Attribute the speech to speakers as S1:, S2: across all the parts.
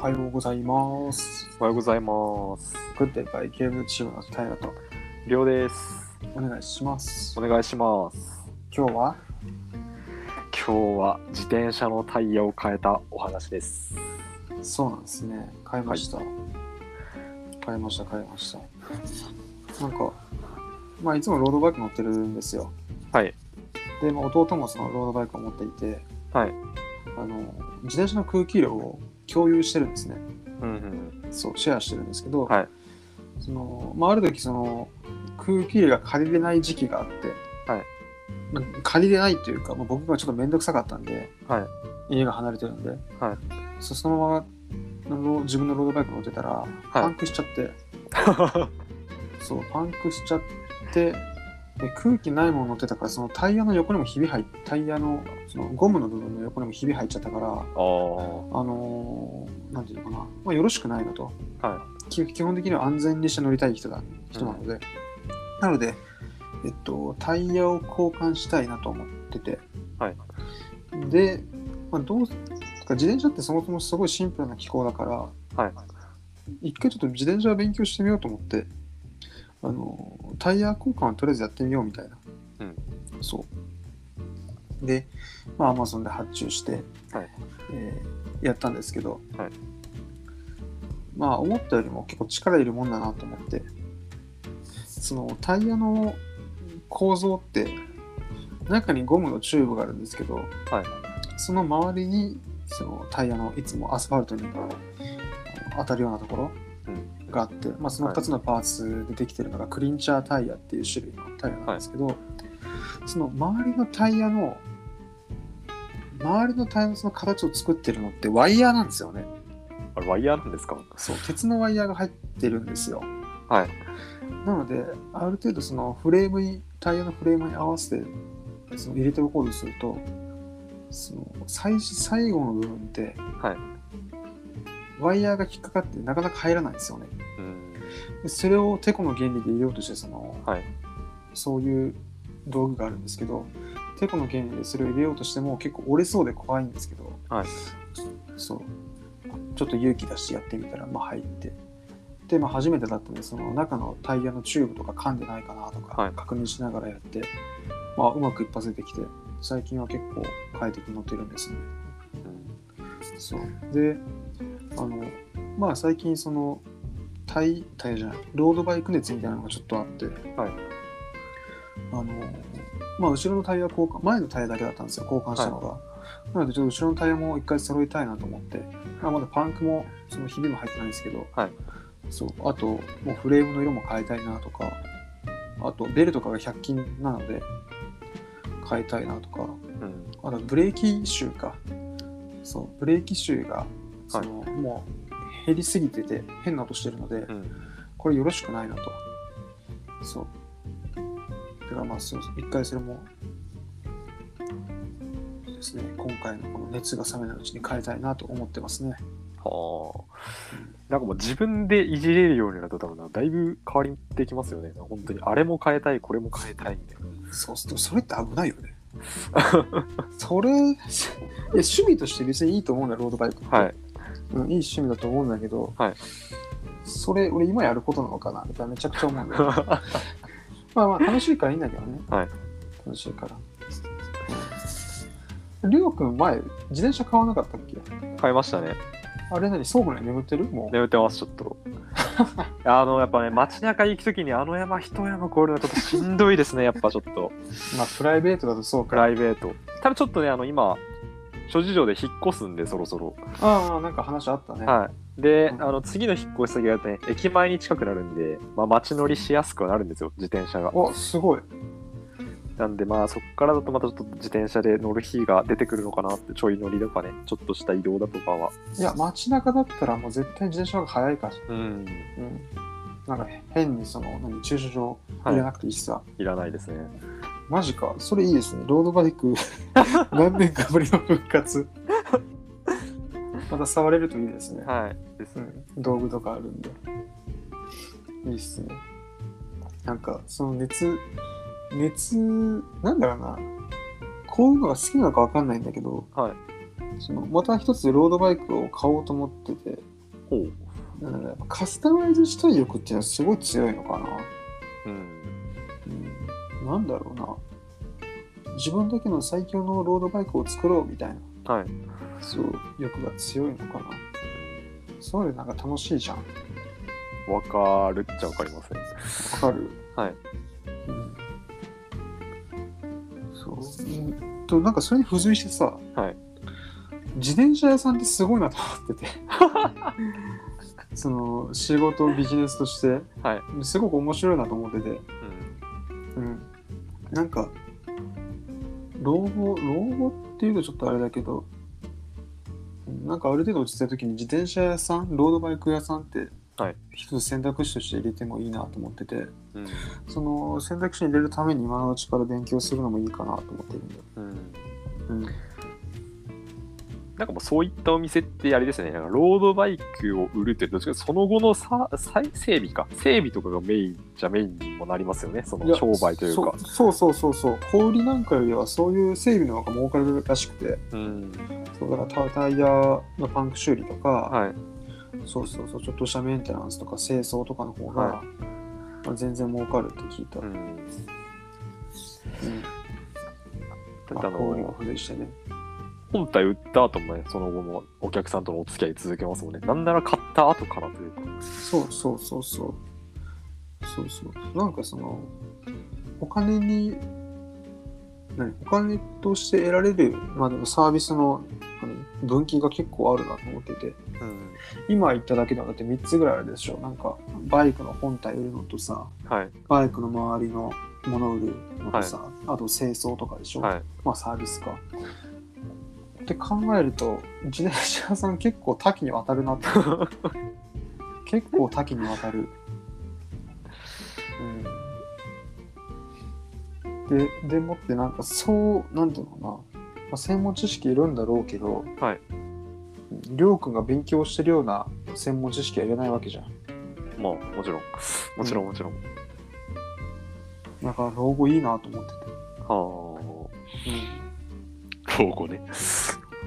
S1: はようございます。
S2: おはようございます。
S1: グッデイバイゲームチームのタイラと
S2: りょうです。
S1: お願いします
S2: お。願いします。
S1: 今日は
S2: 今日は自転車のタイヤを変えたお話です。
S1: そうなんですね。買いました。買いました、買いました。なんか、まあ、いつもロードバイク乗ってるんですよ。
S2: はい。
S1: で、まあ、弟もそのロードバイクを持っていて、
S2: はい。
S1: あの、自転車の空気量を共有してるんですね。
S2: うん
S1: そう、シェアしてるんですけど、
S2: はい
S1: その、まあ、ある時、その、空気入れが借りれない時期があって、
S2: はい
S1: まあ借りれないというか、まあ、僕がちょっと面倒くさかったんで、
S2: はい
S1: 家が離れてるんで、
S2: はい
S1: そそのままロー自分のロードバイク乗ってたら、パンクしちゃ って、
S2: うん。
S1: そう、パンクしちゃって、で空気ないもの乗ってたから、そのタイヤの横にもひび入っタイヤのそのゴムの部分の横にもひび入っちゃったから、
S2: ああ。
S1: あのーなんていうのかな、まあ、よろしくないなと、
S2: は
S1: き基本的には安全にして乗りたい人だ人なので、なので、えっと、タイヤを交換したいなと思ってて、
S2: はい
S1: で、まあ、どうか自転車ってそもそもすごいシンプルな機構だから、
S2: はい
S1: 一回ちょっと自転車を勉強してみようと思ってあのタイヤ交換をとりあえずやってみようみたいな、
S2: うん
S1: そうでまあアマゾンで発注して、
S2: はい
S1: えーやったんですけど、
S2: はい
S1: まあ思ったよりも結構力いるもんだなと思ってそのタイヤの構造って中にゴムのチューブがあるんですけど、
S2: はい
S1: その周りにそのタイヤのいつもアスファルトに当たるようなところがあって、まあ、その2つのパーツでできてるのがクリンチャータイヤっていう種類のタイヤなんですけど、その周りのタイヤの周りのタイヤのその形を作ってるのってワイヤーなんですよね
S2: あれワイヤーなんですか。
S1: そう鉄のワイヤーが入ってるんですよ
S2: はい。
S1: なのである程度そのフレームにタイヤのフレームに合わせてその入れておこうとするとその最最後の部分って、
S2: はい
S1: ワイヤーが引っかかってなかなか入らないんですよね
S2: うん。
S1: でそれをテコの原理で入れようとしてその、
S2: はい
S1: そういう道具があるんですけどテコの原理でそれを入れようとしても結構折れそうで怖いんですけど、
S2: はい
S1: そうちょっと勇気出してやってみたら、まあ、入ってで、まあ、初めてだったんでその中のタイヤのチューブとか噛んでないかなと
S2: は
S1: か
S2: い
S1: 確認しながらやって、まあ、うまく一発出てきて最近は結構快適に乗ってるんですね。
S2: うん
S1: そうであのまあ最近そのタイタイヤじゃないロードバイク熱みたいなのがちょっとあって、
S2: はい
S1: あのまあ後ろのタイヤ交換前のタイヤだけだったんですよ交換したのが、なのでちょっと後ろのタイヤも一回揃えたいなと思って、まあ、まだパンクもそのひびも入ってないんですけど、
S2: はい
S1: そうあともうフレームの色も変えたいなとかあとベルとかが100均なので変えたいなとか
S2: うん。
S1: あのブレーキシューかそうブレーキシューがその、もう減りすぎてて変な音してるので、
S2: うん。
S1: これよろしくないなとそうだからまあそう一回それもですね今回のこの熱が冷めないうちに変えたいなと思ってますね
S2: はあ。なんかもう自分でいじれるようになると多分なだいぶ変わりってきますよね。本当にあれも変えたいこれも変えたいみたいな。
S1: そうするとそれって危ないよ ねそれいや趣味として別にいいと思うんだよロードバイクって、
S2: は
S1: う
S2: い。
S1: ん、いい趣味だと思うんだけど、
S2: はい
S1: それ俺今やることなのかなみたいなめちゃくちゃ思うんだよ まあまあ楽しいからいいんだけどね、
S2: はい
S1: 楽しいから、うん、りょうくん前自転車買わなかったっけ
S2: 変えましたね。
S1: あれ何倉庫に眠ってるもう、
S2: 眠ってますちょっ とあのやっぱね街中行く時にあの山一山越えるのはちょっとしんどいですねやっぱちょっと
S1: まあプライベートだとそう
S2: プ
S1: か
S2: ライベート多分ちょっとねあの今諸事情で引っ越すんでそろそろ
S1: ああなんか話あったね、
S2: はいで、
S1: うん
S2: あの次の引っ越し先がね駅前に近くなるんで、まあ、街乗りしやすくはなるんですよ自転車が
S1: おすごい
S2: なんでまあそこからだとまたちょっと自転車で乗る日が出てくるのかなってちょい乗りとかねちょっとした移動だとかはい
S1: や街中だったらもう絶対自転車の方が早いから
S2: うん
S1: うんなんか変にその何駐車場
S2: はい
S1: 入れなくていいしさ、
S2: いらないですね
S1: マジか、それいいですね。ロードバイク、 何年かぶりの復 活。また触れるといいですね。
S2: はいです
S1: う
S2: ね、
S1: ん、道具とかあるんで。いいっすね。なんか、その熱、熱、なんだろうな。こういうのが好きなのかわかんないんだけど、
S2: はい
S1: そのまた一つロードバイクを買おうと思ってて、
S2: ほう。
S1: なのでやっぱカスタマイズしたい欲っていうのはすごい強いのかな。
S2: うん。
S1: うん、なんだろうな。自分だけの最強のロードバイクを作ろうみたいな、
S2: はい。
S1: そう、欲が強いのかな。そういうのなんか楽しいじゃん。わ
S2: わかるっちゃわかりますね。
S1: かる。
S2: はい。
S1: うんそう。うんと、なんかそれに付随してさ、
S2: はい
S1: 自転車屋さんってすごいなと思ってて。その仕事ビジネスとして
S2: はい。
S1: すごく面白いなと思ってて、
S2: うん。
S1: うん、なんか老後老後っていうとちょっとあれだけどうんなんかある程度落ち着いた時に自転車屋さんロードバイク屋さんって
S2: はい
S1: 一つ選択肢として入れてもいいなと思ってて、
S2: うん。
S1: その選択肢に入れるために今のうちから勉強するのもいいかなと思ってるんだよ、
S2: うん。
S1: うん、
S2: なんかもうそういったお店ってあれですね、なんかロードバイクを売るって、どっちかというとその後のさ再整備か、整備とかがメインじゃメインにもなりますよね、そ
S1: いや
S2: の商売というか。
S1: そそうそうそうそう小売りなんかよりはそういう整備の方が儲かるらしくて
S2: うん。
S1: そうだからタタイヤのパンク修理とか、
S2: はい。
S1: そうそうそう、ちょっとしたメンテナンスとか清掃とかの方が、
S2: は
S1: まあ、全然儲かるって聞いた。
S2: う
S1: うん
S2: ん。た
S1: ま
S2: だあ
S1: あ、こういうの
S2: の
S1: を、付随してね。
S2: 本体売った後もね、その後もお客さんとのお付き合い続けますもんね。なんなら買った後からというか。
S1: そうそうそうそう。そうそう。なんかその、お金に、何お金として得られるまでのサービスの何分岐が結構あるなと思ってて、
S2: うん。
S1: 今言っただけでもだって3つぐらいあるでしょ。なんか、バイクの本体売るのとさ、
S2: はい。
S1: バイクの周りのもの売るのとさ、あと清掃とかでしょ。
S2: はい。
S1: まあサービスか。って考えると自転車屋さん結構多岐にわたるなって結構多岐にわたる。うん、ででもってなんかそうなんていうのかな、まあ、専門知識いるんだろうけど、
S2: はい
S1: りょうくんが勉強してるような専門知識はいらないわけじゃん。
S2: まあ、もちろん。もちろん、もちろん。
S1: だから老後いいなと思って
S2: は
S1: て。
S2: あ。老後ね。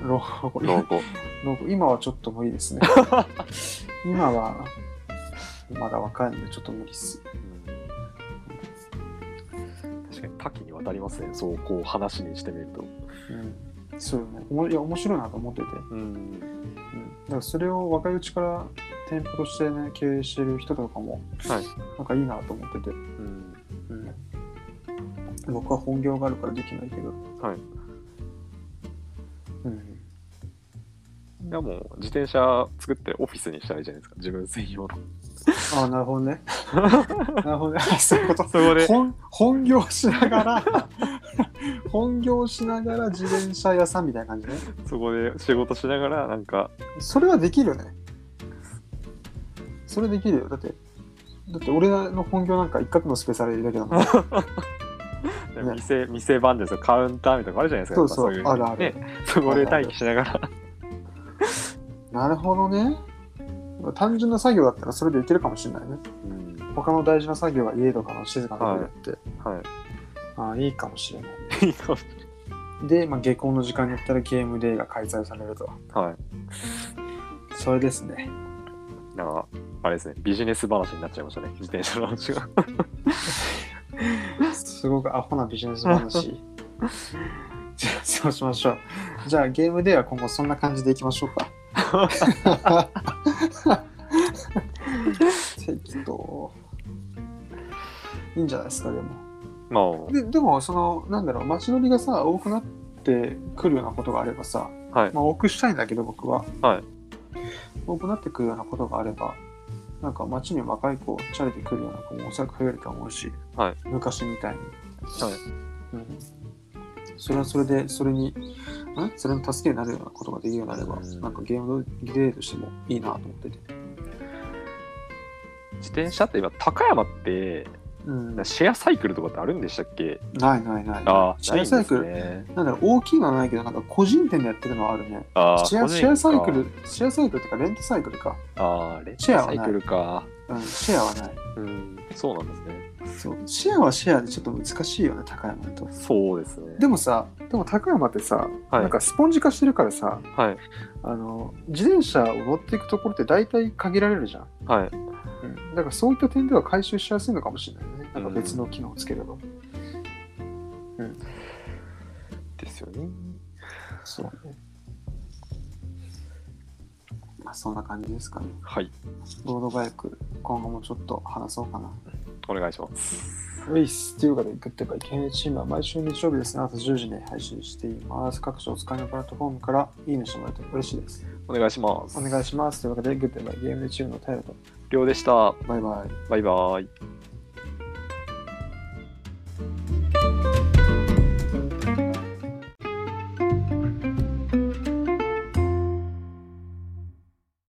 S1: うん、老後
S2: 老後。
S1: 僕今はちょっと無理です ね今はまだ若いんでちょっと無理っす
S2: うん確かに多岐にわたりますね、そうこう話にしてみると。
S1: うんそうよねおもいや面白いなと思ってて、うん、
S2: う
S1: だ
S2: ん、
S1: からそれを若いうちから店舗としてね経営してる人とかも、
S2: はい
S1: なんかいいなと思ってて、
S2: うん、
S1: うん、僕は本業があるからできないけど
S2: はい
S1: うん
S2: いやもう自転車作ってオフィスにしたらいいじゃないですか、自分専用の。
S1: ああなるほど ねなるほどねあそういうこと
S2: そこで、
S1: 本本業しながら 本業しながら自転車屋さんみたいな感じね
S2: そこで仕事しながら、なんか、
S1: それはできるよねそれできるよだってだって俺の本業なんか一角のスペースあれだけだ もんね
S2: 店、店番ですよ、カウンターみたいなのあるじゃないで
S1: そ
S2: すか、
S1: うそう
S2: やっぱ
S1: あるある、
S2: ねそこで待機しながら。
S1: なるほどね単純な作業だったらそれでいけるかもしれないね
S2: うん、
S1: 他の大事な作業は家とかの静かなところでやって、
S2: は
S1: ああいいかもしれないね
S2: い。いい かもし
S1: で、まあ、下校の時間になったらゲームデーが開催されると
S2: れないはい。
S1: それですね
S2: なんか、あれですね、ビジネス話になっちゃいましたね、自転車の話が。
S1: すごくアホなビジネス 話じゃあそうしましょうじゃあゲームデーは今後そんな感じでいきましょうか適当いいんじゃないですかでも
S2: まあ、
S1: ででもそのなんだろう街乗りがさ多くなってくるようなことがあればさ、
S2: はい
S1: まあ、多くしたいんだけど僕は、
S2: はい
S1: 多くなってくるようなことがあればなんか街に若い子をチャレてくるような子もおそらく増えると思うし、
S2: はい
S1: 昔みたいに、
S2: はい
S1: うん、それはそれでそれにんそれの助けになるようなことができるようになれば、
S2: うん
S1: なんかゲームリレーとしてもいいなと思ってて、
S2: 自転車って今、高山って、
S1: うん、ない
S2: シェアサイクルとかってあるんでしたっけ
S1: ないない
S2: ああ、
S1: シェアサイクル
S2: ないんですね。
S1: なんだろう大きいのはないけどなんか個人店でやってるのはあるね
S2: ああ、
S1: シェ
S2: 個
S1: ア
S2: 人
S1: シェアサイク
S2: か
S1: ル、シェアサイクルとかレンタサイクルか。
S2: ああ、レンタ
S1: シェアは
S2: サ
S1: ない
S2: イクルか。
S1: うん、シェアはない。
S2: うん、そうなんですね。
S1: そうシェアはシェアでちょっと難しいよね高山と
S2: そうですね。
S1: でもさでも高山ってさ、
S2: はい
S1: なんかスポンジ化してるからさ
S2: はい。
S1: あの自転車を乗っていくところって大体限られるじゃん、
S2: はい。
S1: うん、だからそういった点では回収しやすいのかもしれないねなんか別の機能をつければ、
S2: ですよね。
S1: そうねまあそんな感じですかね
S2: はい。
S1: ロードバイク今後もちょっと話そうかな
S2: お願いします。
S1: ウイスというかで行くっていうか、イケメンチームは毎週日曜日ですね、朝10時に配信しています。各種お使いのプラットフォームからいいねしてもらえると嬉しいです。
S2: お願いします。
S1: お願いします。というわけで、グッドバイゲームチームのタイルと、
S2: りょうでした。
S1: バイバイ。
S2: バイバイ。